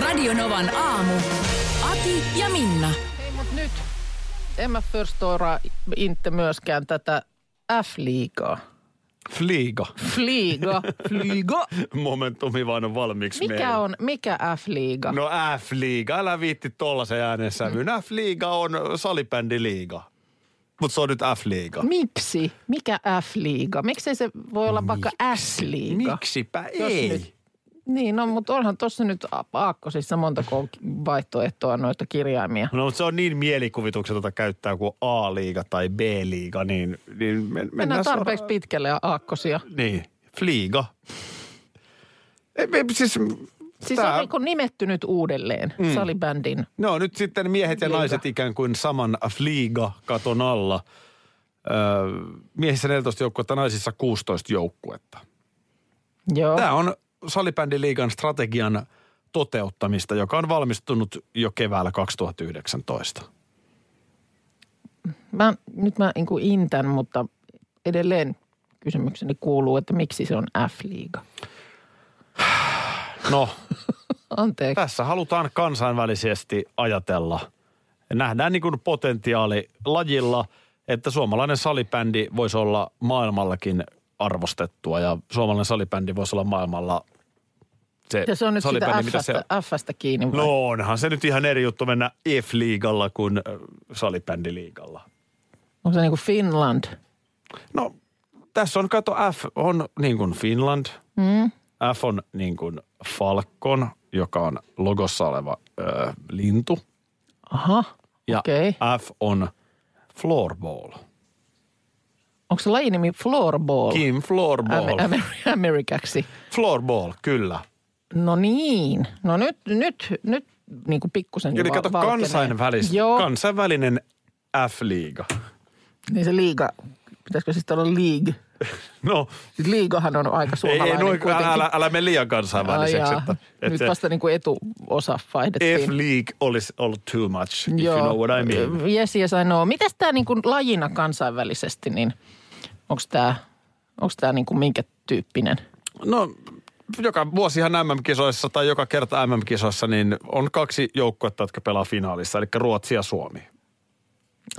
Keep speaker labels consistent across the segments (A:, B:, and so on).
A: Radionovan aamu. Ati ja Minna.
B: Ei, mutta nyt en mä förstöra inte myöskään tätä F-liigaa.
C: Fliga.
B: Fliga, fliga.
C: Momentumi vaan on valmiiksi meillä.
B: Mikä on, mikä F-liiga?
C: No F-liiga, älä viitti tollasen
B: Mm.
C: äänensävyyn. F-liiga on salibändiliiga. Mutta se on nyt F-liiga.
B: Miksi? Mikä F-liiga? Miksei se voi olla vaikka S-liiga?
C: Miksipä
B: Jos
C: ei?
B: nyt- Niin, no, mutta onhan tuossa nyt a- aakkosissa montako vaihtoehtoa noita kirjaimia.
C: No mutta se on niin mielikuvituksetonta käyttää kuin A-liiga tai B-liiga, niin, niin men, mennään,
B: Mennään tarpeeksi
C: suoraan-
B: pitkälle ja aakkosia.
C: Niin, fliiga. Ei, ei, siis,
B: Siis
C: tää-
B: on niin kuin nimetty nyt uudelleen mm. salibändin.
C: No nyt sitten miehet ja
B: Liiga.
C: naiset ikään kuin saman fliiga katon alla. Öö, miehissä 14 joukkuetta, naisissa 16 joukkuetta.
B: Joo.
C: Tämä on salibändiliigan strategian toteuttamista, joka on valmistunut jo keväällä 2019.
B: Mä, nyt mä niin kuin intän, mutta edelleen kysymykseni kuuluu, että miksi se on F-liiga?
C: No,
B: Anteeksi.
C: tässä halutaan kansainvälisesti ajatella. Nähdään niin kuin potentiaali lajilla, että suomalainen salibändi voisi olla maailmallakin arvostettua ja suomalainen salibändi voisi olla maailmalla se,
B: Ja se on nyt sitä
C: salibändi, mitä se
B: F-stä, F-stä kiinni. vai?
C: No onhan se nyt ihan eri juttu mennä F-liigalla kuin äh, salibändiliigalla.
B: Onko se niin kuin Finland?
C: No, tässä on, kato, F on niin kuin Finland, mm. F on niin kuin Falcon, joka on logossa oleva ö, lintu.
B: Aha,
C: Ja
B: okei. Okay.
C: F on floorball.
B: Onko se lajinimi floorball?
C: Kim floorball.
B: Am- Amer- Amerikaksi.
C: Floorball, kyllä.
B: No niin. No nyt, nyt, nyt niin kuin pikkusen
C: Eli
B: va-
C: kato,
B: valkenee.
C: kansainvälis,
B: Joo,
C: kansainvälinen F-liiga.
B: niin se liiga. Pitäisikö siis olla league?
C: No,
B: Siis liigahan on aika
C: ei,
B: suomalainen
C: ei noin,
B: kuitenkin.
C: älä, älä mene liian
B: Ai
C: kansainväliseksi.
B: jaa.
C: Että,
B: Nyt
C: että se
B: vasta niin kuin etuosa vaihdettiin.
C: F-league olisi ollut too much, if you know what I mean.
B: Yes, yes, I know. Mitäs tämä niin kuin lajina kansainvälisesti, niin onko tämä onks tää niin kuin minkä tyyppinen?
C: No joka vuosihan MM-kisoissa tai joka kerta MM-kisoissa niin on kaksi joukkuetta, jotka pelaa finaalissa, eli Ruotsi ja Suomi.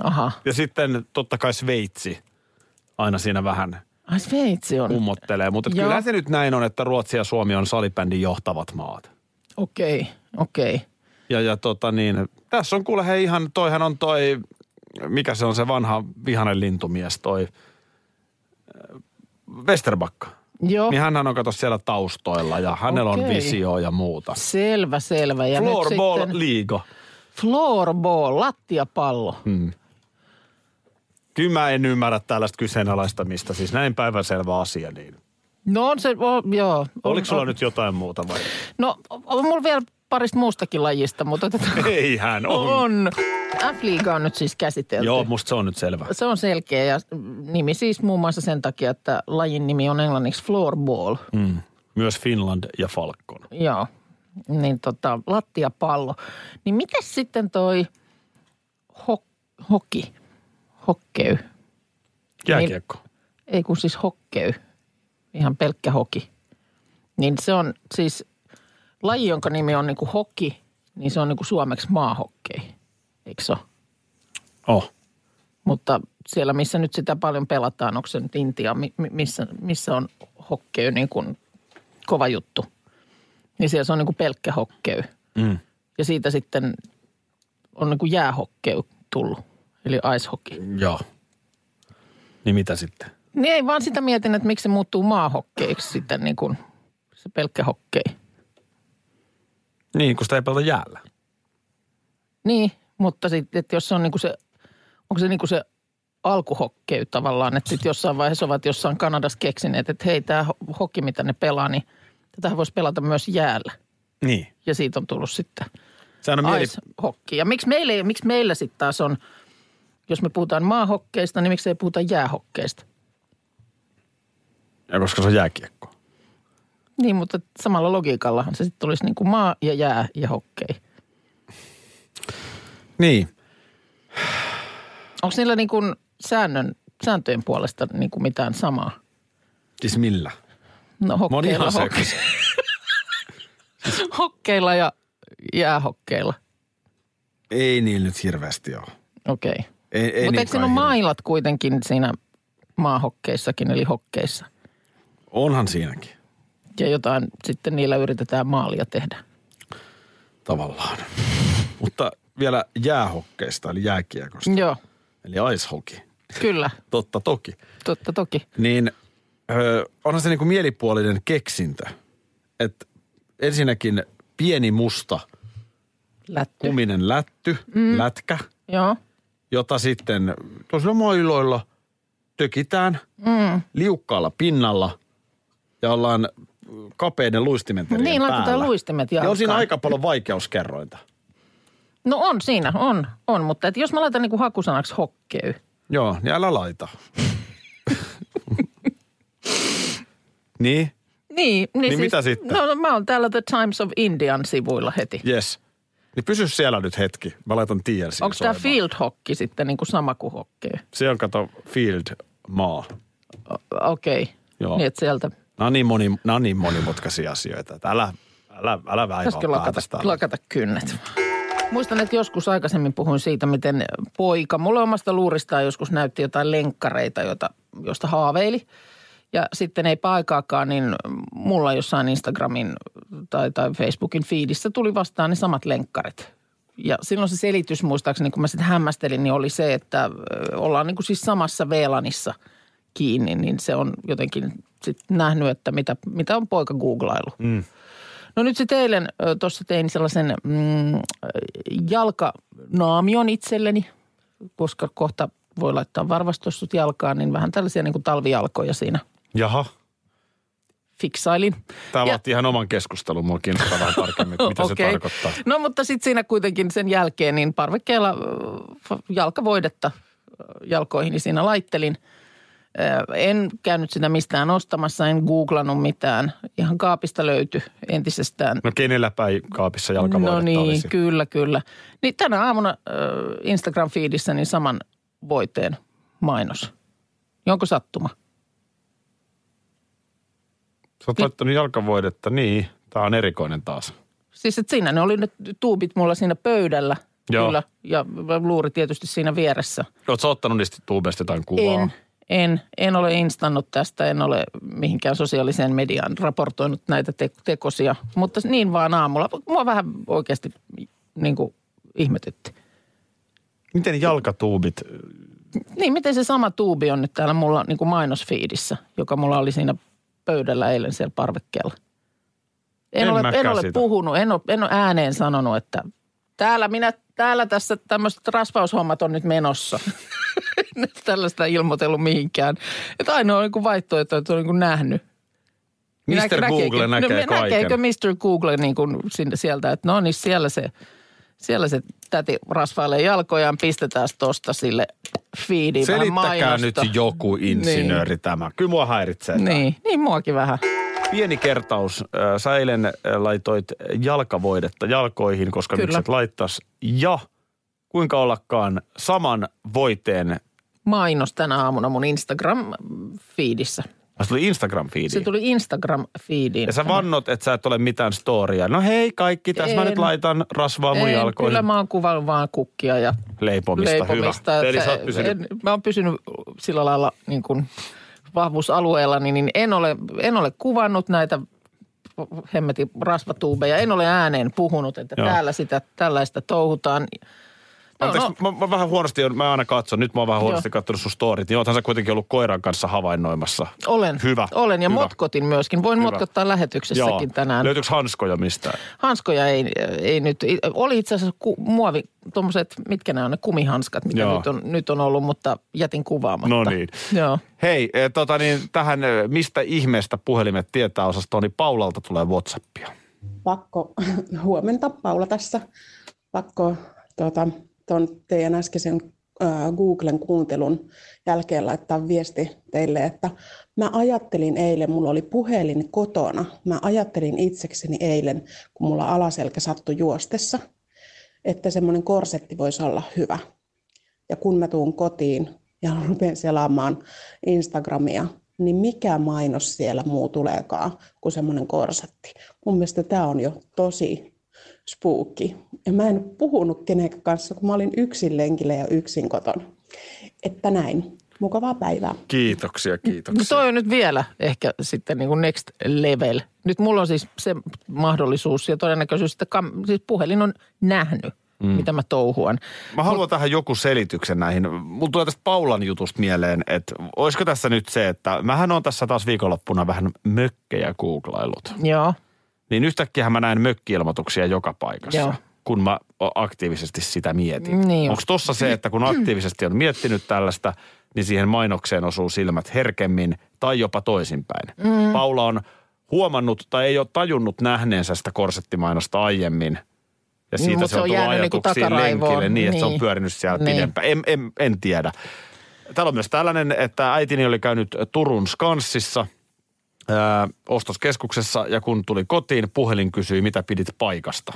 B: Aha.
C: Ja sitten totta kai Sveitsi aina siinä vähän
B: Ai Sveitsi on.
C: kummottelee. Mutta
B: Joo.
C: kyllä se nyt näin on, että Ruotsi ja Suomi on salibändin johtavat maat.
B: Okei, okei.
C: Ja, ja tota niin, tässä on kuule hei ihan, toihan on toi, mikä se on se vanha vihanen lintumies, toi äh, Westerbakka.
B: Joo,
C: Niin hänhän on kato siellä taustoilla ja hänellä on
B: Oh. Okei.
C: visio ja muuta.
B: selvä, selvä. Ja nyt
C: Floorball
B: sitten
C: liiga.
B: floorball, lattiapallo.
C: Hmm. Kyllä mä en ymmärrä tällaista kyseenalaistamista, siis näin päivänselvä asia. Niin.
B: No on se, on, joo. On-
C: Oliko sulla
B: on-
C: nyt jotain muuta vai?
B: No, on mulla vielä parista muustakin lajista, mutta otetaan.
C: Eihän on.
B: on. F-liiga on nyt siis käsitelty.
C: Joo, musta se on nyt selvä.
B: Se on selkeä ja nimi siis muun muassa sen takia, että lajin nimi on englanniksi floorball. Mm.
C: Myös Finland ja Falcon.
B: Joo, niin tota, lattiapallo. Niin mitäs sitten toi ho- hoki, hokkey?
C: Jääkiekko.
B: Ei kun siis hokkey, ihan pelkkä hoki. Niin se on siis laji, jonka nimi on niinku hoki, niin se on niinku suomeksi maahokkei, eikö se ole?
C: Oh.
B: Mutta siellä, missä nyt sitä paljon pelataan, onko se nyt Intia, mi- mi- missä, missä on hokkey niin kuin kova juttu, niin siellä se on niin kuin pelkkä hokkey.
C: Mm.
B: Ja siitä sitten on niin kuin jäähokkeu tullut, eli ice hockey.
C: Joo. Niin mitä sitten?
B: Niin ei vaan sitä mietin, että miksi se muuttuu maahokkeiksi sitten niin kuin se pelkkä hokkei.
C: Niin, kun sitä ei pelata jäällä.
B: Niin, mutta sitten, että jos se on niin kuin se, onko se niin kuin se alkuhokkeu tavallaan, että sitten jossain vaiheessa ovat jossain Kanadassa keksineet, että hei, tämä hoki, mitä ne pelaa, niin tätähän voisi pelata myös jäällä.
C: Niin.
B: ja siitä on tullut sitten
C: Sehän on mieli...
B: ice-hokki. Ja miksi meillä, miksi meillä sitten taas on, jos me puhutaan maahokkeista, niin miksi ei puhuta jäähokkeista?
C: Ja koska se on jääkiekko.
B: Niin, mutta samalla logiikallahan se sitten tulisi niin kuin maa ja jää ja hokkei.
C: Niin.
B: Onko niillä niin kuin säännön, sääntöjen puolesta niin kuin mitään samaa?
C: Siis millä?
B: No
C: Mä oon
B: hokkeilla,
C: ihan
B: hok-
C: sekas.
B: hokkeilla ja jäähokkeilla.
C: Ei niin nyt hirveästi ole.
B: Okei. Okay.
C: Ei, ei
B: Mutta
C: niin
B: eikö siinä ole mailat kuitenkin siinä maahokkeissakin, eli hokkeissa?
C: Onhan siinäkin,
B: Ja jotain sitten niillä yritetään maalia tehdä.
C: tavallaan. Mutta vielä jäähokkeista, eli jääkiekosta,
B: Joo,
C: eli ice hockey.
B: kyllä.
C: Totta toki.
B: Totta toki.
C: Niin öö, onhan se niinku mielipuolinen keksintö. Että ensinnäkin pieni musta
B: Lätty.
C: kuminen lätty, mm. lätkä,
B: Joo.
C: jota sitten tosiaan mailoilla tökitään mm. liukkaalla pinnalla ja ollaan kapeiden luistimenterien
B: Niin,
C: päällä.
B: laitetaan luistimet
C: ja on siinä
B: jalkaan.
C: aika paljon vaikeuskerrointa.
B: No on siinä, on, on. Mutta et jos mä laitan niinku hakusanaksi hokkey,
C: Joo, niin älä laita. niin,
B: Niin, niin, siis,
C: mitä sitten?
B: No, no mä oon täällä The Times of Indian sivuilla heti.
C: yes. Niin pysy siellä nyt hetki. Mä laitan tien siihen
B: Onko tämä
C: soimaan.
B: field hockey sitten niin kuin sama kuin hockey?
C: Se on kato field maa.
B: O- Okei. Okay.
C: Joo.
B: Niin, että sieltä
C: Nämä on niin, moni, nämä on niin monimutkaisia asioita, että älä, älä, älä
B: pitäisikö
C: väivää
B: lakata,
C: päätöstä.
B: lakata kynnet. Muistan, että joskus aikaisemmin puhuin siitä, miten poika, mulle omasta luuristaan joskus näytti jotain lenkkareita, jota, josta haaveili. Ja sitten ei paikaakaan, niin mulla jossain Instagramin tai, tai Facebookin feedissä tuli vastaan ne samat lenkkarit. Ja silloin se selitys muistaakseni, kun mä sitä hämmästelin, niin oli se, että ö, ollaan niin kuin siis samassa veelanissa kiinni, niin se on jotenkin sitten nähnyt, että mitä, mitä on poika googlailu. No nyt sitten eilen ö, tuossa tein sellaisen mm, ö, jalkanaamion itselleni, koska kohta voi laittaa varvastossut jalkaan, niin vähän tällaisia niin kuin talvijalkoja siinä
C: Jaha.
B: fiksailin.
C: Tämä
B: Ja-
C: vaatii ihan oman keskustelun. Mua kiinnostaa vähän tarkemmin, että mitä se
B: Okei.
C: tarkoittaa.
B: No mutta sitten siinä kuitenkin sen jälkeen niin parvekkeella ö, f- jalkavoidetta ö, jalkoihini siinä laittelin. Ö, En käynyt sitä mistään ostamassa, en googlannut mitään. Ihan kaapista löytyi entisestään
C: No kenelläpä ei kaapissa jalkavoidetta
B: No niin,
C: olisi?
B: kyllä, kyllä. Niin tänä aamuna äh, Instagram-feedissä niin saman voiteen mainos. Niin Onko sattuma?
C: Sä oot laittanut jalkavoidetta, niin. Tämä on erikoinen taas.
B: Siis että siinä ne oli ne tuubit mulla siinä pöydällä.
C: Joo.
B: Kyllä, ja luuri tietysti siinä vieressä.
C: Oletko ottanut niistä tuubeista jotain kuvaa?
B: En, en, en ole instannut tästä, en ole mihinkään sosiaaliseen mediaan raportoinut näitä te- tekosia. Mutta niin vaan aamulla. Mua vähän oikeasti niin kuin, ihmetytti.
C: Miten jalkatuubit?
B: Niin, miten se sama tuubi on nyt täällä mulla niin kuin mainosfiidissä, joka mulla oli siinä pöydällä eilen siellä parvekkeella. En,
C: En
B: ole,
C: mäkään
B: en ole
C: sitä.
B: puhunut, en ole, en ole ääneen sanonut, että täällä minä, täällä tässä tämmöiset rasvaushommat on nyt menossa. en ole tällaista ilmoitellut mihinkään. Että ainoa niin kuin vaihtoehto, että on niin kuin nähnyt. Minä-
C: Mr. Google
B: no,
C: näkee
B: minä-
C: kaiken.
B: Näkeekö Mr. Google niin kuin sinne, sieltä, että no niin siellä se, siellä se täti rasvailee jalkojaan, pistetään tosta sille feediin vähän
C: Selittäkää nyt
B: mainosta.
C: joku insinööri niin. tämä. Kyllä mua häiritsee. tämä.
B: Niin, niin muakin vähän.
C: Pieni kertaus. Ö, Sä eilen ö, laitoit jalkavoidetta jalkoihin, koska
B: Kyllä.
C: Kyllä. mikset laittas. Ja kuinka ollakaan saman voiteen.
B: Mainos tänä aamuna mun Instagram-fiidissä.
C: Ai, Se tuli instagram
B: Se
C: feediin
B: tuli Instagram-fiidiin.
C: Niin. Ja sä vannot, että sä et ole mitään storia. No hei kaikki, tässä mä
B: En.
C: nyt laitan rasvaa mun
B: En,
C: jalkoihin.
B: Kyllä mä oon kuvannut vaan kukkia ja
C: Leipomista,
B: leipomista.
C: hyvä.
B: että
C: Eli sä oot pysynyt.
B: en, mä oon pysynyt sillä lailla niin kuin vahvuusalueella, niin en ole, en ole kuvannut näitä hemmetin rasvatuubeja. En ole ääneen puhunut, että
C: Joo.
B: täällä sitä, tällaista touhutaan. No,
C: Anteeksi,
B: no,
C: Mä, mä, vähän huonosti, mä aina katson, nyt mä oon vähän huonosti
B: Joo.
C: katsonut sun storit, niin oothan sä kuitenkin ollut koiran kanssa havainnoimassa.
B: olen.
C: Hyvä.
B: Olen ja
C: hyvä.
B: motkotin myöskin. Voin
C: Hyvä.
B: motkottaa lähetyksessäkin
C: Joo.
B: tänään.
C: Löytyykö hanskoja mistään?
B: Hanskoja ei, ei nyt, oli itse asiassa ku, muovi, tuommoiset, mitkä nämä on ne kumihanskat, mitä
C: Joo.
B: nyt on, nyt on ollut, mutta jätin kuvaamatta.
C: No niin.
B: Joo.
C: Hei, eh, tota niin, tähän eh, mistä ihmeestä puhelimet tietää osastoon, niin Paulalta tulee Whatsappia.
D: pakko, huomenta Paula tässä, pakko tuota, tuon teidän äskeisen ää, Googlen kuuntelun jälkeen laittaa viesti teille, että mä ajattelin eilen, mulla oli puhelin kotona, mä ajattelin itsekseni eilen, kun mulla alaselkä sattui juostessa, että semmoinen korsetti voisi olla hyvä. Ja kun mä tuun kotiin ja rupean selaamaan Instagramia, niin mikä mainos siellä muu tuleekaan kuin semmoinen korsetti. Mun mielestä tämä on jo tosi spooki. Ja mä en puhunut kenenkään kanssa, kun mä olin yksin lenkillä ja yksin kotona. Että näin. Mukavaa päivää.
C: Kiitoksia,
B: No
C: kiitoksia.
B: toi on nyt vielä ehkä sitten niin kuin next level. Nyt mulla on siis se mahdollisuus ja todennäköisyys, että kam- siis puhelin on nähnyt, mm. mitä mä touhuan.
C: Mä haluan tähän joku selityksen näihin. Mulla tulee tästä Paulan jutusta mieleen, että olisiko tässä nyt se, että mähän on tässä taas viikonloppuna vähän mökkejä googlailut.
B: Joo,
C: Niin yhtäkkiä mä näen mökkiilmoituksia joka paikassa,
B: Joo.
C: Joo. kun mä o- aktiivisesti sitä mietin.
B: Niin.
C: Onko tossa se, että kun aktiivisesti on miettinyt tällaista, niin siihen mainokseen osuu silmät herkemmin tai jopa toisinpäin. Mm. Paula on huomannut tai ei ole tajunnut nähneensä sitä korsettimainosta aiemmin. Ja
B: Niin,
C: siitä
B: mut
C: se on, tullut
B: jäänyt niinku
C: ajatuksiin
B: takaraivoon.
C: lenkille niin, että se on
B: Niin.
C: pyörinyt siellä
B: Niin.
C: pidempään. En, en, en tiedä. Täällä on myös tällainen, että äitini oli käynyt Turun Skanssissa – ää, ostoskeskuksessa ja kun tuli kotiin, puhelin kysyi, mitä pidit paikasta.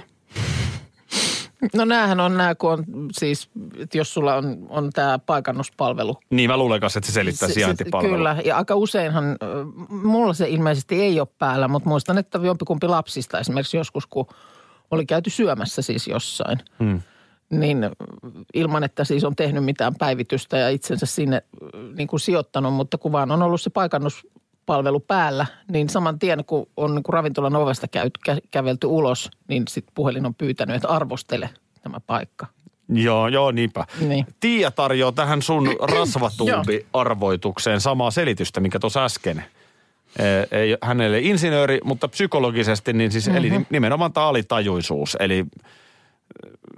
B: no näähän on nämä, kun on siis, että jos sulla on, on tämä paikannuspalvelu.
C: Niin mä luulen kanssa, että se selittää
B: Se- se-
C: sijaintipalvelua.
B: Kyllä, ja aika useinhan, ö, mulla se ilmeisesti ei ole päällä, mutta muistan, että jompikumpi lapsista esimerkiksi joskus, kun oli käyty syömässä siis jossain, hmm. niin ö, ilman, että siis on tehnyt mitään päivitystä ja itsensä sinne ö, niin kuin sijoittanut, mutta kun vaan on ollut se paikannuspalvelu päällä, niin saman tien kun on niin kuin ravintolan ovesta käyty, kä- kävelty ulos, niin sitten puhelin on pyytänyt, että arvostele tämä paikka.
C: Joo, joo, niinpä.
B: Niin.
C: Tiia tarjoaa tähän sun rasvatuubi-arvoitukseen samaa selitystä, mikä tuossa äsken. Ee, Ei, hän ei ole insinööri, mutta psykologisesti, niin siis mm-hmm.
B: Mhm.
C: eli nimenomaan tämä alitajuisuus. Eli äh,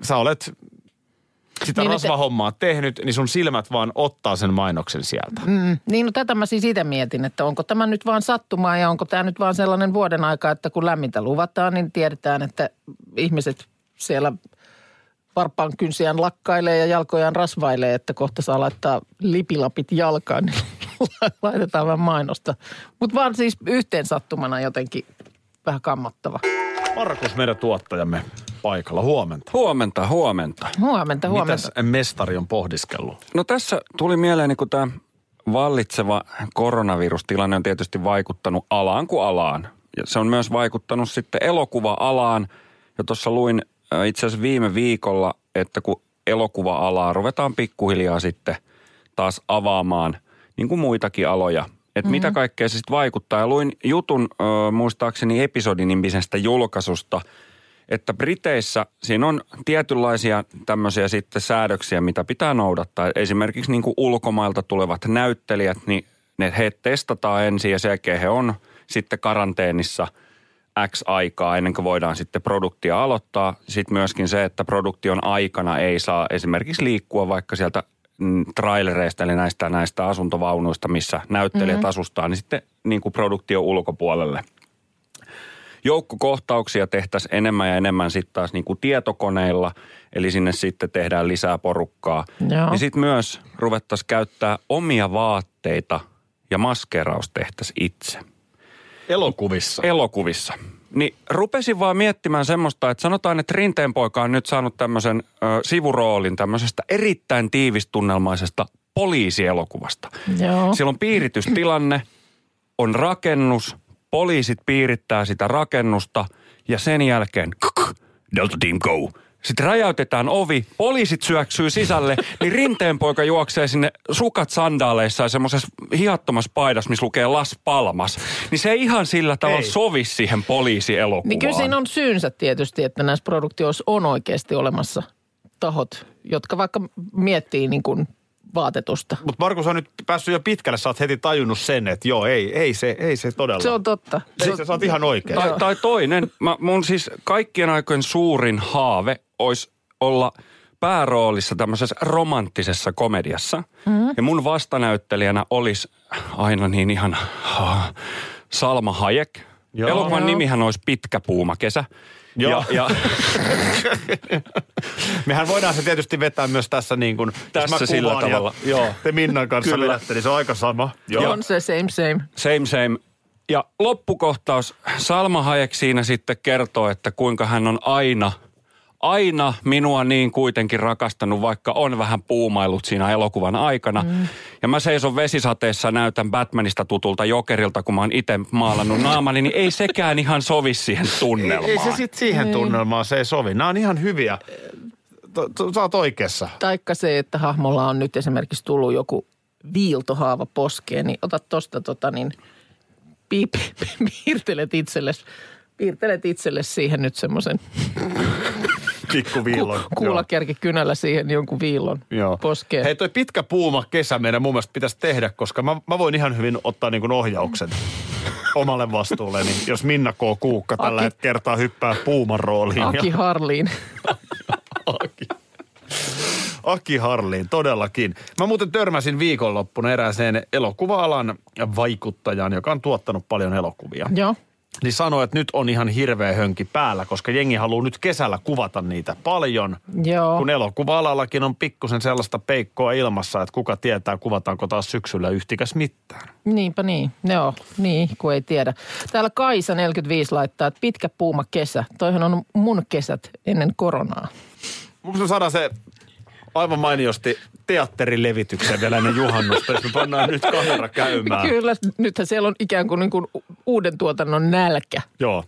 C: sä olet sitä
B: Niin,
C: niin,
B: että-
C: rasvahommaa tehnyt, niin sun silmät vaan ottaa sen mainoksen sieltä.
B: Mm, niin no tätä mä siis itse mietin, että onko tämä nyt vaan sattumaa ja onko tämä nyt vaan sellainen vuoden aika, että kun lämmintä luvataan, niin tiedetään, että ihmiset siellä varpaan kynsiään lakkailee ja jalkojaan rasvailee, että kohta saa laittaa lipilapit jalkaan, niin laitetaan vähän mainosta. Mutta vaan siis yhteen sattumana jotenkin vähän kammottava.
C: Markus, meidän tuottajamme, paikalla. Huomenta.
E: Huomenta, huomenta.
B: Huomenta, huomenta.
C: Mitäs mestari on pohdiskellut?
E: No tässä tuli mieleen, niin kun tämä vallitseva koronavirustilanne on tietysti vaikuttanut alaan kuin alaan. Ja se on myös vaikuttanut sitten elokuva-alaan. Ja tuossa luin äh, itse asiassa viime viikolla, että kun elokuva-alaa ruvetaan pikkuhiljaa sitten taas avaamaan, niin kuin muitakin aloja. Että mm-hmm. mitä kaikkea se sitten vaikuttaa. Ja luin jutun äh, muistaakseni episodinimisestä julkaisusta – että Briteissä siinä on tietynlaisia tämmöisiä sitten säädöksiä, mitä pitää noudattaa. Esimerkiksi niin kuin ulkomailta tulevat näyttelijät, niin ne he testataan ensin ja sen jälkeen he on sitten karanteenissa X aikaa ennen kuin voidaan sitten produktia aloittaa. Sitten myöskin se, että produktion aikana ei saa esimerkiksi liikkua vaikka sieltä mm, trailereista, eli näistä, näistä asuntovaunuista, missä näyttelijät mm-hmm. asustaa, niin sitten niin kuin produktion ulkopuolelle – joukkokohtauksia tehtäisiin enemmän ja enemmän sitten taas niin kuin tietokoneilla, eli sinne sitten tehdään lisää porukkaa.
B: Joo.
E: Ja sitten myös ruvettaisiin käyttää omia vaatteita ja maskeeraus tehtäisiin itse
C: Elokuvissa.
E: elokuvissa. Niin rupesin vaan miettimään semmoista, että sanotaan, että Rinteen poika on nyt saanut tämmöisen ö, sivuroolin tämmöisestä erittäin tiivistunnelmaisesta poliisielokuvasta.
B: Joo.
E: Siellä on piiritystilanne, on rakennus, poliisit piirittää sitä rakennusta ja sen jälkeen kuk, Delta Team Go. Sitten räjäytetään ovi, poliisit syöksyy sisälle, niin rinteen poika juoksee sinne sukat sandaaleissa ja semmoisessa hiattomassa paidassa, missä lukee Las Palmas. Niin se ei ihan sillä tavalla
C: Ei.
E: sovi siihen poliisielokuvaan.
B: Niin kyllä siinä on syynsä tietysti, että näissä produktioissa on oikeasti olemassa tahot, jotka vaikka miettii niin kuin vaatetusta.
C: Mutta Markus on nyt päässyt jo pitkälle, sä oot heti tajunnut sen, että joo, ei, ei se, ei se todella.
B: Se on totta.
C: ei, se, sä oot ihan oikein.
E: Tai, tai toinen, mä, mun siis kaikkien aikojen suurin haave olisi olla pääroolissa tämmöisessä romanttisessa komediassa. Mm-hmm. Ja mun vastanäyttelijänä olisi aina niin ihan ha, Salma Hayek. Joo. Elokuvan
B: Joo.
E: nimihän olisi Pitkä puuma kesä.
C: Joo.
E: Ja, ja
C: Mehän voidaan se tietysti vetää myös tässä niin kuin,
E: Tässä
C: jos mä
E: sillä
C: kuvaan
E: tavalla.
C: Ja, joo, te Minnan kanssa
E: Kyllä.
C: Kyllä. vedätte, niin se on aika sama.
B: Joo. On se same same.
E: same same. Ja loppukohtaus. Salma Hayek siinä sitten kertoo, että kuinka hän on aina, aina minua niin kuitenkin rakastanut, vaikka on vähän puumailut siinä elokuvan aikana. Mm. Ja mä seison vesisateessa ja näytän Batmanista tutulta jokerilta, kun mä oon itse maalannut naamani, niin ei sekään ihan sovi siihen
C: Ei,
E: tunnelmaan.
C: ei se siis sitten
B: Niin.
C: siihen tunnelmaan, se ei sovi. Nämä on ihan hyviä. To- to- Sä oot oikeassa.
B: Taikka se, että hahmolla on nyt esimerkiksi tullut joku viiltohaava poskeen, niin ota tosta tota niin, piip, piip, piirtelet itsellesi piirtelet itselle siihen nyt semmoisen
C: Pikku viillon.
B: kuulakärki kynällä siihen jonkun viillon
C: Joo.
B: poskeen.
C: Hei, toi pitkä puuma kesä meidän mun mielestä pitäisi tehdä, koska mä, mä voin ihan hyvin ottaa niin kuin ohjauksen omalle vastuulleni, jos Minna K. Kuukka tällä
B: Aki.
C: kertaa hyppää puuman rooliin. ja-
B: Aki Harliin.
C: Aki. Aki Harliin, todellakin. Mä muuten törmäsin viikonloppuna erääseen elokuva-alan vaikuttajaan, joka on tuottanut paljon elokuvia.
B: Joo.
C: Niin sanoi, että nyt on ihan hirveä hönki päällä, koska jengi haluaa nyt kesällä kuvata niitä paljon.
B: Joo.
C: Kun elokuva-alallakin on pikkusen sellaista peikkoa ilmassa, että kuka tietää, kuvataanko taas syksyllä yhtikäs mitään.
B: Niinpä niin, joo, niin, kun ei tiedä. Täällä Kaisa 45 laittaa, että pitkä puuma kesä. Toihan on mun kesät ennen koronaa.
C: Mun me saadaan se aivan mainiosti teatterilevitykseen vielä ennen juhannusta, jos me pannaan nyt kamera käymään.
B: Kyllä, nythän siellä on ikään kuin, niin kuin u- uuden tuotannon nälkä.
C: Joo.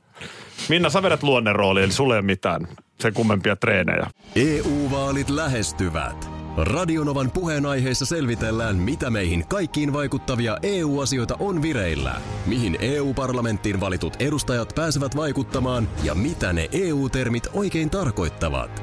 C: Minna, sä vedät luonnen rooliin, eli sulle ei ole mitään sen kummempia treenejä.
F: EU-vaalit E lähestyvät. Radionovan puheenaiheessa selvitellään, mitä meihin kaikkiin vaikuttavia EU-asioita on vireillä, mihin EU-parlamenttiin valitut edustajat pääsevät vaikuttamaan ja mitä ne EU-termit oikein tarkoittavat.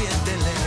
G: vientelee.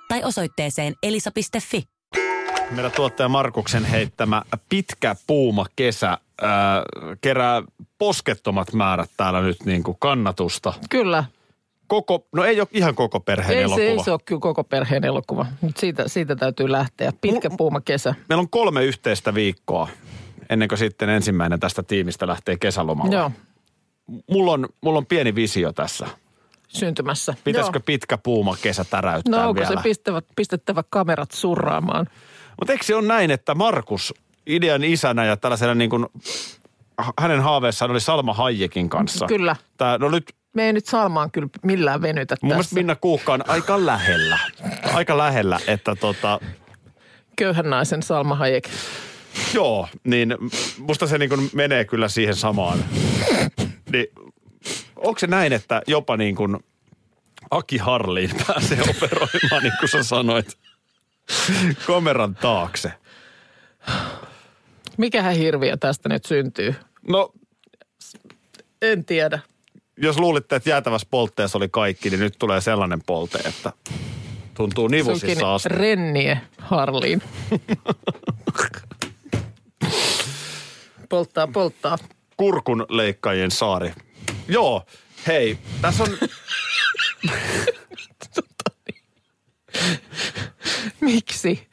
A: tai osoitteeseen elisa.fi.
C: Meidän tuottaja Markuksen heittämä pitkä puuma kesä äh, kerää poskettomat määrät täällä nyt niin kuin kannatusta.
B: Kyllä,
C: Koko, no ei ole ihan koko perheen
B: ei
C: elokuva.
B: se, ei se ole kyllä koko perheen elokuva, mutta siitä, siitä täytyy lähteä. Pitkä puuma kesä.
C: Meillä on kolme yhteistä viikkoa ennen kuin sitten ensimmäinen tästä tiimistä lähtee kesälomalle.
B: Joo,
C: Mulla, on, mulla on pieni visio tässä.
B: syntymässä.
C: Pitäisikö pitkä puuma kesä täräyttää
B: Joo. No onko
C: vielä?
B: se pistävä, pistettävä kamerat surraamaan?
C: Mutta eikö se ole näin, että Markus idean isänä ja tällaisena niin kuin, hänen haaveessaan oli Salma Hayekin kanssa.
B: Kyllä.
C: Tää, no nyt
B: Me ei nyt Salmaan kyllä millään venytä
C: mun mielestä
B: tässä.
C: Minna Kuukka on aika lähellä. Aika lähellä, että tota,
B: Köyhän naisen Salma Hayek.
C: joo, niin musta se niin kuin menee kyllä siihen samaan. Niin, onko se näin, että jopa niin kuin Aki Harliin pääsee operoimaan, niin kuin sä sanoit, kameran taakse?
B: Mikähän hirviö tästä nyt syntyy?
C: No,
B: En tiedä.
C: jos luulitte, että jäätävässä poltteessa oli kaikki, niin nyt tulee sellainen polte, että tuntuu
B: Sunkin
C: nivusissa asti.
B: rennie Harliin. polttaa, polttaa.
C: Kurkun leikkaajien saari. Joo, hei, tässä on,
B: Miksi?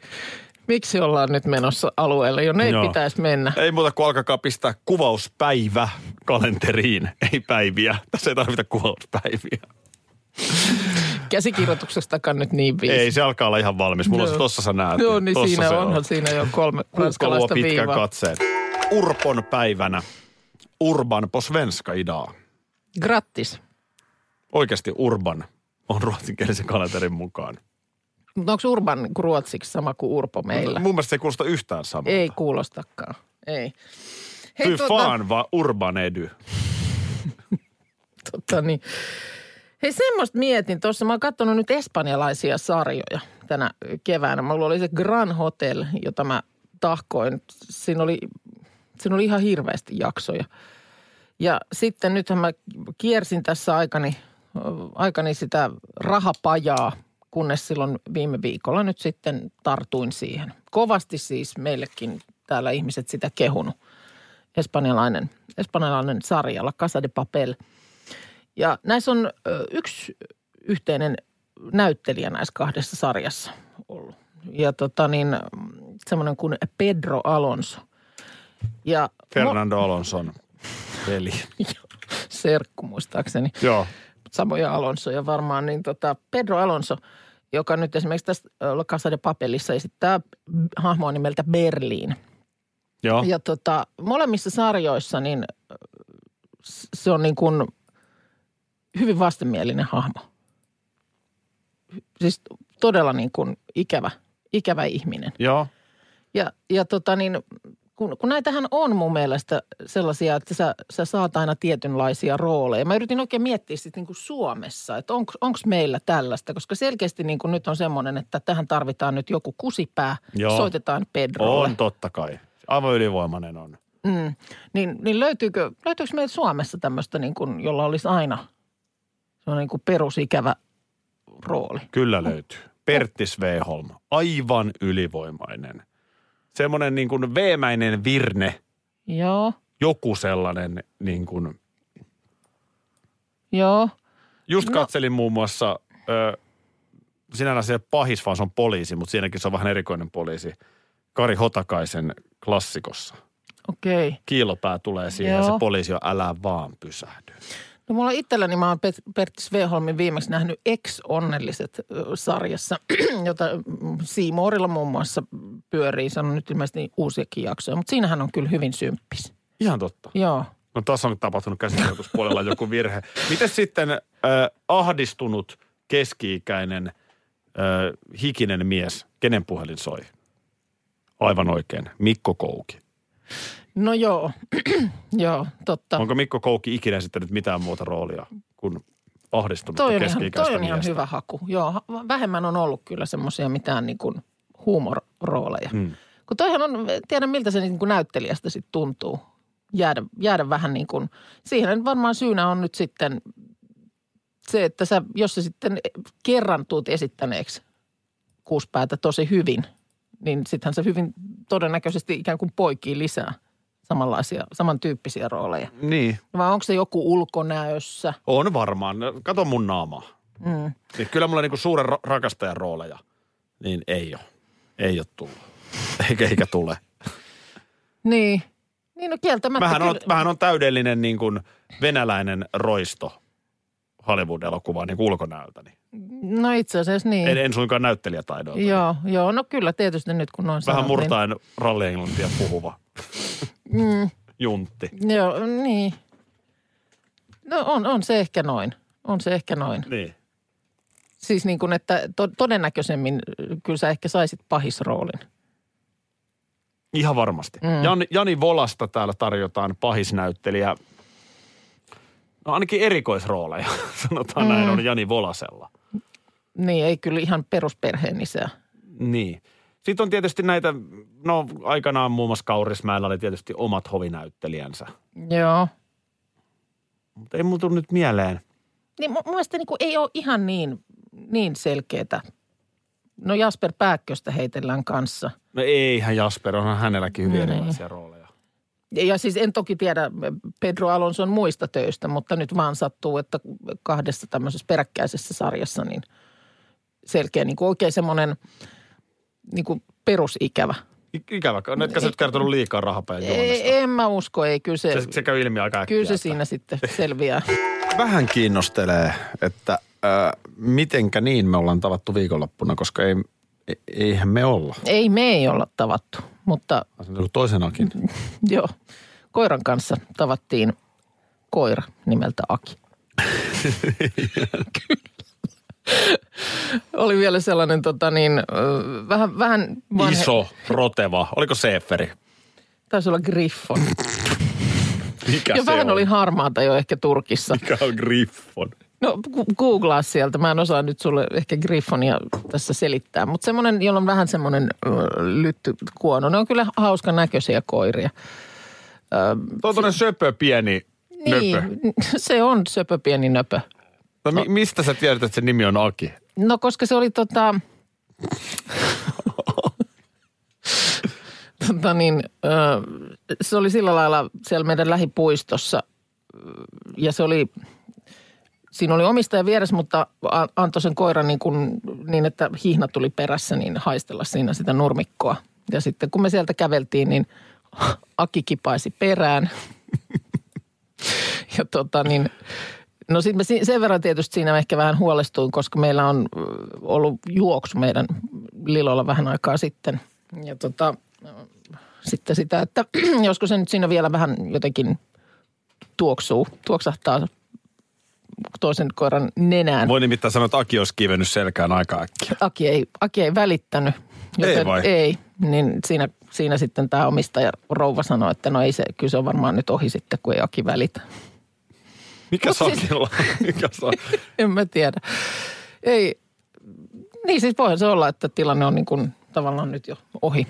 B: Miksi ollaan nyt menossa alueelle, jonne ei
C: Joo.
B: pitäisi mennä?
C: ei muuta kuin alkakaa pistää kuvauspäivä kalenteriin, ei päiviä. Tässä ei tarvita kuvauspäiviä.
B: Käsikirjoituksestakaan nyt niin viisi.
C: Ei, se alkaa olla ihan valmis. Mulla on
B: Joo.
C: se tossa sä näet.
B: Joo, niin
C: tossa
B: siinä
C: se
B: onhan siinä jo kolme
C: Kuukka luo
B: ranskalaista
C: pitkän
B: viivaa.
C: katseen. Urpon päivänä. Urban på svenska idag.
B: Grattis.
C: Oikeasti urban on ruotsinkielisen kalenterin mukaan.
B: Mutta onko Urban niinku ruotsiksi sama kuin Urpo meillä?
C: Mun mielestä se ei kuulosta yhtään samalta.
B: Ei kuulostakaan. Ei. Hei,
C: Fy
B: tota-
C: fan va urban edy.
B: Tota niin. Hei semmoista mietin tuossa. Mä oon katsonut nyt espanjalaisia sarjoja tänä keväänä. Mulla oli se Gran Hotel, jota mä tahkoin. Siinä oli, siinä oli ihan hirveästi jaksoja. Ja sitten nythän mä kiersin tässä aikani, ö, aikani sitä rahapajaa, kunnes silloin viime viikolla nyt sitten tartuin siihen. Kovasti siis meillekin täällä ihmiset sitä kehunut. Espanjalainen, espanjalainen sarja, La Casa de Papel – ja näissä on ö, yksi yhteinen näyttelijä näissä kahdessa sarjassa ollut. Ja tota niin, mm, semmoinen kuin Pedro Alonso. Ja no,
C: Fernando Alonson peli.
B: Serkku muistaakseni.
C: Joo.
B: Samoja Alonsoja varmaan, niin tota Pedro Alonso, joka nyt esimerkiksi tässä ö, La Casa de Papelissa esittää hahmoa nimeltä Berliin –
C: Joo.
B: Ja tota, molemmissa sarjoissa niin ö, s- se on niin kuin hyvin vastenmielinen hahmo. Hy- Siis todella niin kuin ikävä, ikävä ihminen.
C: Joo.
B: Ja, ja tota niin, kun, kun näitähän on mun mielestä sellaisia, että sä, sä saat aina tietynlaisia rooleja. Mä yritin oikein miettiä sitten niin kuin Suomessa, että onko meillä tällaista, koska selkeästi niin kuin nyt on semmoinen, että tähän tarvitaan nyt joku kusipää,
C: Joo.
B: soitetaan Pedrolle.
C: On totta kai. Aivan ylivoimainen on.
B: Mm. Niin, niin löytyykö, löytyykö meillä Suomessa tämmöistä, niin kuin, jolla olisi aina se on niin kuin perusikävä rooli?
C: Kyllä löytyy. Pertti Sveholm. Aivan ylivoimainen. Semmoinen niin kuin veemäinen virne.
B: Joo,
C: Joku sellainen niin kuin.
B: joo.
C: Just katselin muun muassa, ö, sinällään se ei ole pahis, vaan se on poliisi, mutta siinäkin se on vähän erikoinen poliisi. Kari Hotakaisen klassikossa.
B: Okei. Okay.
C: Kiilopää tulee siihen ja se
B: Joo.
C: poliisi on älä vaan pysähdy.
B: No mulla itselläni mä oon Pet- Pertti Sveholmin viimeksi nähnyt Ex-onnelliset ö, sarjassa, jota Siimoorilla muun muassa pyörii. Se on nyt ilmeisesti niin uusiakin jaksoja, mutta siinähän on kyllä hyvin symppis.
C: Ihan totta.
B: Joo.
C: No tässä on tapahtunut käsikirjoituspuolella joku virhe. Miten sitten äh, ahdistunut, keski-ikäinen, äh, hikinen mies, kenen puhelin soi? Aivan oikein, Mikko Kouki.
B: No joo, joo, totta.
C: Onko Mikko Kouki ikinä esittänyt mitään muuta roolia kuin ahdistunutta
B: Toi on, ihan,
C: keski-ikäistä
B: toi on ihan
C: miestä?
B: hyvä haku. Joo, ha- vähemmän on ollut kyllä semmoisia mitään niin kuin huumorooleja.
C: Mm.
B: Kun toihan on, tiedän miltä se niin kuin näyttelijästä sitten tuntuu. Jäädä, jäädä vähän niin kuin, siihen varmaan syynä on nyt sitten se, että sä, jos sä sitten kerran tuut esittäneeksi kuuspäätä tosi hyvin, niin sittenhän sä hyvin todennäköisesti ikään kuin poikii lisää samanlaisia, samantyyppisiä rooleja.
C: Niin,
B: Vai onko se joku ulkonäössä?
C: on varmaan. Kato mun naamaa.
B: Mm.
C: Niin kyllä mulla niinku suuren ra- rakastajan rooleja, niin ei ole. Ei ole tullut. Eikä, eikä tule.
B: Niin. Niin no kieltämättä.
C: Mähän on,
B: kyllä-
C: mähän on täydellinen niin kuin venäläinen roisto Hollywood-elokuvaa niin kuin ulkonäöltäni.
B: No itse asiassa niin.
C: En, en suinkaan näyttelijätaidoilta.
B: Joo, joo, no kyllä tietysti nyt kun on
C: Vähän murtaen rallienglantia puhuva
B: Mm,
C: juntti.
B: joo, niin. No on, on se ehkä noin. On se ehkä noin.
C: Niin.
B: Siis niin kuin, että to, todennäköisemmin ö, kyllä sä ehkä saisit pahisroolin.
C: Ihan varmasti. Mm. Jani, Jani Volasta täällä tarjotaan pahisnäyttelijä. No ainakin erikoisrooleja, sanotaan mm. näin, on Jani Volasella.
B: Niin, ei kyllä ihan perusperheen isää.
C: Niin. Sitten on tietysti näitä, no aikanaan muun muassa Kaurismäellä oli tietysti omat hovinäyttelijänsä.
B: Joo.
C: Mutta ei mulla tule nyt mieleen.
B: Niin mun mun mielestä niin kuin ei ole ihan niin, niin selkeätä. No Jasper Pääkköstä heitellään kanssa.
C: No eihän Jasper, onhan hänelläkin hyvin
B: No niin.
C: erilaisia rooleja.
B: Ja- Ja siis en toki tiedä Pedro Alonson muista töistä, mutta nyt vaan sattuu, että kahdessa tämmöisessä peräkkäisessä sarjassa niin selkeä niin kuin oikein semmoinen niin kuin perusikävä.
C: I- Ikävä, etkä sä nyt kertonut liikaa rahapäin juonesta.
B: Ei, en mä usko, ei kyllä se,
C: Se, se käy ilmi aika äkkiä.
B: kyllä se
C: että-
B: siinä sitten selviää.
C: Vähän kiinnostelee, että äh, mitenkä niin me ollaan tavattu viikonloppuna, koska ei, e- eihän me olla.
B: ei me ei olla tavattu, mutta
C: Toisenakin.
B: joo, koiran kanssa tavattiin koira nimeltä Aki. Kyllä. Oli vielä sellainen tota niin, ö, vähän, vähän vanhe-
C: Iso, roteva. Oliko Seeferi?
B: Taisi olla Griffon.
C: Mikä
B: ja
C: se
B: vähän
C: on?
B: oli harmaata jo ehkä Turkissa.
C: Mikä on Griffon?
B: No gu- googlaa sieltä. Mä en osaa nyt sulle ehkä Griffonia tässä selittää, mutta semmoinen, jolla on vähän semmoinen ö, lytty kuono. Ne on kyllä hauskan näköisiä koiria.
H: Tuo on tuonne söpö pieni nöpö.
B: Niin, se on söpö pieni nöpö.
H: No, mi- mistä sä tiedät, että sen nimi on Aki?
B: No koska se oli tota... tota niin, ö, se oli sillä lailla siellä meidän lähipuistossa ö, ja se oli, siinä oli omistaja vieressä, mutta a- antoi sen koiran niin, kuin, niin että hihna tuli perässä niin haistella siinä sitä nurmikkoa. Ja sitten kun me sieltä käveltiin, niin Aki kipaisi perään. ja tota niin, No sitten mä si- sen verran tietysti siinä ehkä vähän huolestuin, koska meillä on ö, ollut juoksu meidän Lilolla vähän aikaa sitten. Ja tota, ö, sitten sitä, että josko se nyt siinä vielä vähän jotenkin tuoksuu, tuoksahtaa toisen koiran nenään.
C: Voi nimittäin sanoa, että Aki olisi kivennyt selkään aika äkkiä.
B: Aki ei, Aki ei välittänyt.
C: Ei vai?
B: Ei, niin siinä, siinä sitten tämä omistaja rouva sanoi, että no ei se, kyllä se on varmaan nyt ohi sitten, kun ei Aki välitä.
C: Mikä
B: Mut siis-
C: Sakilla? Mikä sa...
B: en mä tiedä. Ei, niin siis voihan se olla, että tilanne on niin kuin tavallaan nyt jo ohi.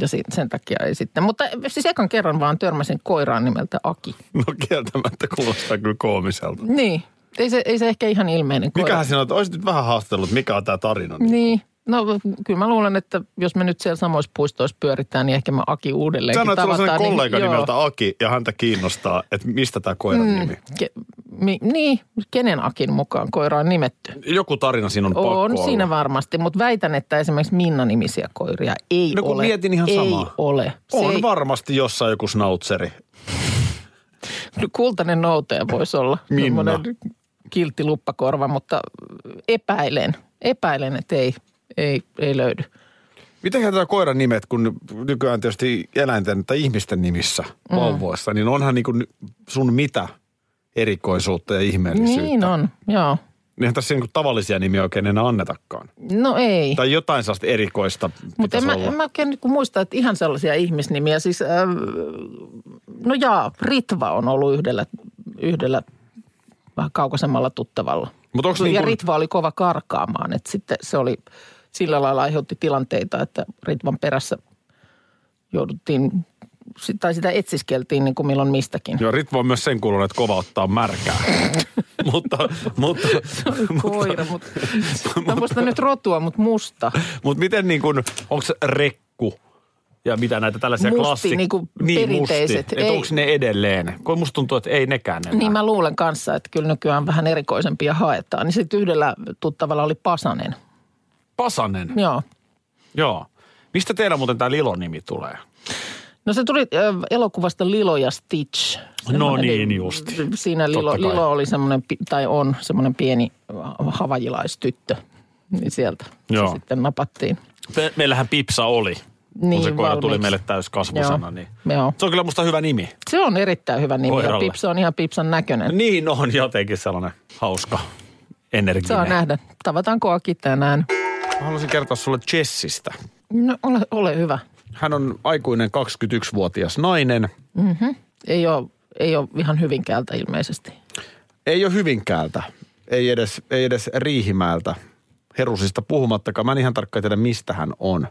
B: Ja si- sen takia ei sitten. Mutta siis ekan kerran vaan törmäsin koiraan nimeltä Aki.
C: No kieltämättä kuulostaa kyllä koomiselta.
B: Niin, ei se, ei se ehkä ihan ilmeinen koira.
C: Mikähän sinä olet? Olisit nyt vähän haastellut, mikä on tämä tarina.
B: Niin, no kyllä mä luulen, että jos me nyt siellä samoissa puistoissa pyöritään, niin ehkä mä Aki uudelleenkin
C: Sanoit, että sulla on sellainen
B: tavataan,
C: kollega
B: niin joo.
C: nimeltä Aki ja häntä kiinnostaa, että mistä tämä koiran mm. nimi.
B: Ke, mi, niin, kenen Akin mukaan koira on nimetty?
C: Joku tarina siinä on, pakko
B: On
C: olla.
B: siinä varmasti, mutta väitän, että esimerkiksi Minna-nimisiä koiria ei
C: No kun
B: ole.
C: mietin ihan
B: ei
C: samaa.
B: ole. Se
C: On
B: ei,
C: varmasti jossain joku snautseri.
B: Kultainen noutaja voisi olla.
C: Minna.
B: Semmoinen kiltti luppakorva, mutta epäilen, epäilen, että ei, ei, ei löydy.
C: Mitenhän tämä koiran nimet, kun nykyään tietysti eläinten tai ihmisten nimissä
B: Mm.
C: vauvoissa, niin onhan niin kuin sun mitä erikoisuutta ja ihmeellisyyttä.
B: Niin on, joo.
C: Eihän tässä niin kuin tavallisia nimiä oikein enää annetakaan.
B: No ei.
C: Tai jotain sellaista erikoista
B: Mutta en
C: pitäisi
B: mä,
C: olla.
B: en mä oikein niin muista, että ihan sellaisia ihmisnimiä. Siis, äh, no jaa, Ritva on ollut yhdellä, yhdellä vähän kaukaisemmalla tuttavalla.
C: Mut onks niin
B: ja
C: kun-
B: Ritva oli kova karkaamaan, että sitten se oli sillä lailla aiheutti tilanteita, että Ritvan perässä jouduttiin, sit- tai sitä etsiskeltiin niin kuin milloin mistäkin.
C: Joo, Ritva on myös sen kuulunut, että kova ottaa märkää. mutta, mutta,
B: Koira, mutta mä muistan nyt rotua, mutta musta.
C: mutta miten niin kuin, onko se rekku ja mitä näitä tällaisia
B: Musti,
C: klassik...
B: niin kuin perinteiset,
C: Että
B: ei.
C: onko ne edelleen? Kun musta tuntuu, että ei nekään enää.
B: Niin mä luulen kanssa, että kyllä nykyään vähän erikoisempia haetaan. Niin sitten yhdellä tuttavalla oli Pasanen.
C: Pasanen.
B: Joo.
C: Joo. Mistä teillä muuten tämä Lilo-nimi tulee?
B: No se tuli ö, elokuvasta Lilo ja Stitch.
C: No
B: Semmoinen-
C: niin justi.
B: Siinä Lilo,
C: Totta kai.
B: Lilo oli semmoinen, pi- tai on semmoinen pieni havajilaistyttö. Niin sieltä
C: Joo.
B: se sitten napattiin.
C: Me, meillähän Pipsa oli, kun
B: Niin,
C: se koira tuli
B: valmiiksi.
C: meille täyskasvusana.
B: Joo.
C: Niin.
B: Joo.
C: Se on kyllä musta hyvä nimi.
B: Se on erittäin hyvä nimi ja
C: Koiralle.
B: Pipsa on ihan Pipsan näköinen.
C: Niin on jotenkin sellainen hauska, energinen.
B: Saa nähdä. Tavataanko Aki tänään?
C: Mä haluaisin kertoa sulle Jessistä.
B: No ole, ole hyvä.
C: Hän on aikuinen 21-vuotias nainen.
B: Ei ole, ei ole ihan hyvinkäältä ilmeisesti.
C: Ei ole Hyvinkäältä, ei edes, ei edes Riihimäältä. Herusista puhumattakaan. Mä en ihan tarkkaan tiedä, mistä hän on.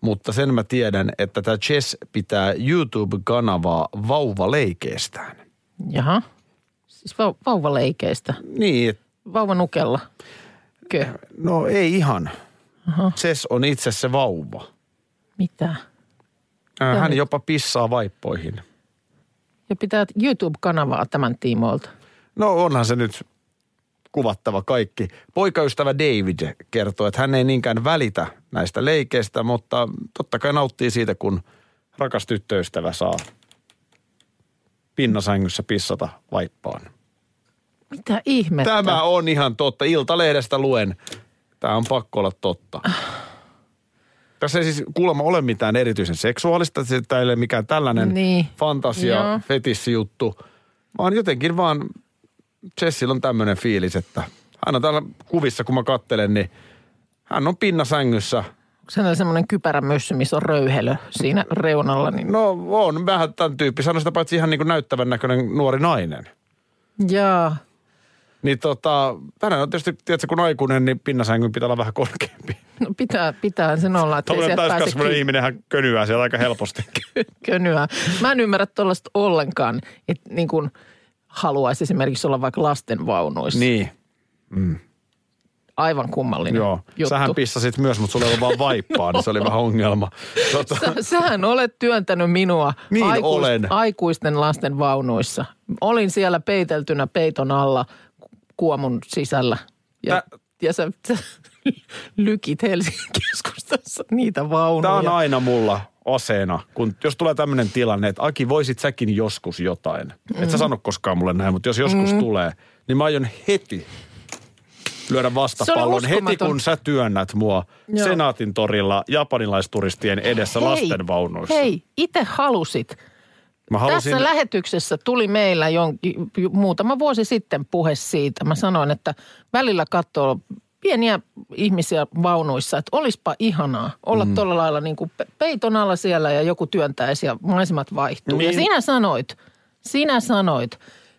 C: Mutta sen mä tiedän, että tämä Chess pitää YouTube-kanavaa vauvaleikeistään.
B: Jaha. Siis vau- vauvaleikeistä.
C: Niin, et-
B: Vauvanukella. Kö?
C: no ei ihan. Chess on itse se vauva.
B: Mitä?
C: Ää, Hän
B: nyt?
C: jopa pissaa vaippoihin.
B: Ja pitää YouTube-kanavaa tämän tiimoilta.
C: No onhan se nyt kuvattava kaikki. Poikaystävä David kertoo, että hän ei niinkään välitä näistä leikeistä, mutta totta kai nauttii siitä, kun rakas tyttöystävä saa pinnasängyssä pissata vaippaan.
B: Mitä ihmettä?
C: Tämä on ihan totta. Iltalehdestä luen. Tämä on pakko olla totta. Tässä ei siis kuulemma ole mitään erityisen seksuaalista, se- tää ei ole mikään tällainen
B: Niin. Joo.
C: fantasia, fetissijuttu, vaan jotenkin vaan Jessillä on tämmöinen fiilis, että aina täällä kuvissa kun mä kattelen, niin hän on pinnasängyssä
B: Sen on semmoinen kypärä mössy, missä on röyhelö siinä reunalla. Niin...
C: No on vähän tämän tyyppi. Sano sitä paitsi ihan niin kuin näyttävän näköinen nuori nainen.
B: Jaa.
C: Niin tota, tänään on tietysti, tiedätkö, kun aikuinen, niin pinnasängyn pitää olla vähän korkeampi.
B: No pitää, pitää sen olla, että ei
C: Tuollainen
B: sieltä pääse
C: täyskasvuinen
B: kiinni.
C: ihminen hän könyää siellä aika helposti.
B: könyä. Mä en ymmärrä tuollaista ollenkaan, että niin kuin haluaisi esimerkiksi olla vaikka lasten vaunuissa.
C: niin.
B: Aivan kummallinen
C: Joo.
B: juttu.
C: Sähän pissasit myös, mutta sulla ei ollut vaan vaippaa, niin se oli vähän ongelma. Tota,
B: Sä, sähän olet työntänyt minua
C: Niin olen.
B: aikuisten lasten vaunuissa. Olin siellä peiteltynä peiton alla ku- kuomun sisällä. Ja,
C: Tä-
B: ja sä, sä lykit Helsingin keskustassa niitä vaunuja.
C: Tämä on aina mulla aseena, kun jos tulee tämmöinen tilanne, että Aki, voisit säkin joskus jotain. Mm. Et sä sano koskaan mulle näin, mutta jos joskus mm. tulee, niin mä aion heti lyödä vastapallon. Heti
B: uskomaton.
C: kun sä työnnät mua
B: Joo.
C: Joo. Senaatin torilla japanilaisturistien edessä
B: Hei,
C: lastenvaunuissa.
B: Hei, itse halusit.
C: Mä
B: Halusin...
C: halusin,
B: Tässä lähetyksessä tuli meillä jonkin, ju- muutama vuosi sitten puhe siitä. Mä sanoin, että välillä katsoo pieniä ihmisiä vaunuissa, että olisipa ihanaa olla mm. tuolla lailla niin kuin pe- peiton alla siellä ja joku työntäisi ja maisemat vaihtuu. Niin. Ja
C: Niin.
B: sinä sanoit, sinä sanoit,